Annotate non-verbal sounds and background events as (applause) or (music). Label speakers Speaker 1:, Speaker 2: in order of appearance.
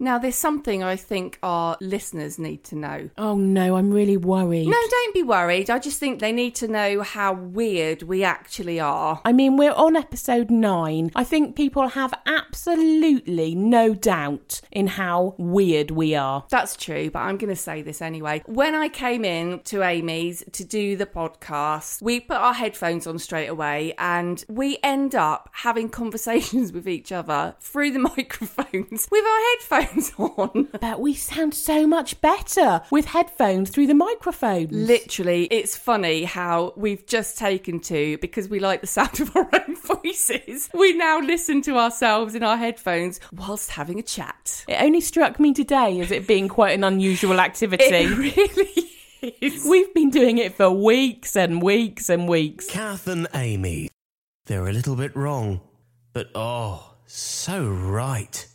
Speaker 1: Now, there's something I think our listeners need to know.
Speaker 2: Oh no, I'm really worried.
Speaker 1: No, don't be worried. I just think they need to know how weird we actually are.
Speaker 2: I mean, we're on episode nine. I think people have absolutely no doubt in how weird we are.
Speaker 1: That's true, but I'm going to say this anyway. When I came in to Amy's to do the podcast, we put our headphones on straight away and we end up having (laughs) conversations with each other through the (laughs) microphones with our headphones on.
Speaker 2: But we sound so much better with headphones through the microphones.
Speaker 1: Literally, it's funny how we've just taken to because we like the sound of our own (laughs) voices. We now listen to ourselves in our headphones whilst having a chat.
Speaker 2: it only struck me today as it being quite an unusual activity.
Speaker 1: (laughs) It really is.
Speaker 2: We've been doing it for weeks and weeks and weeks.
Speaker 3: Kath and Amy. They're a little bit wrong, but oh, so right.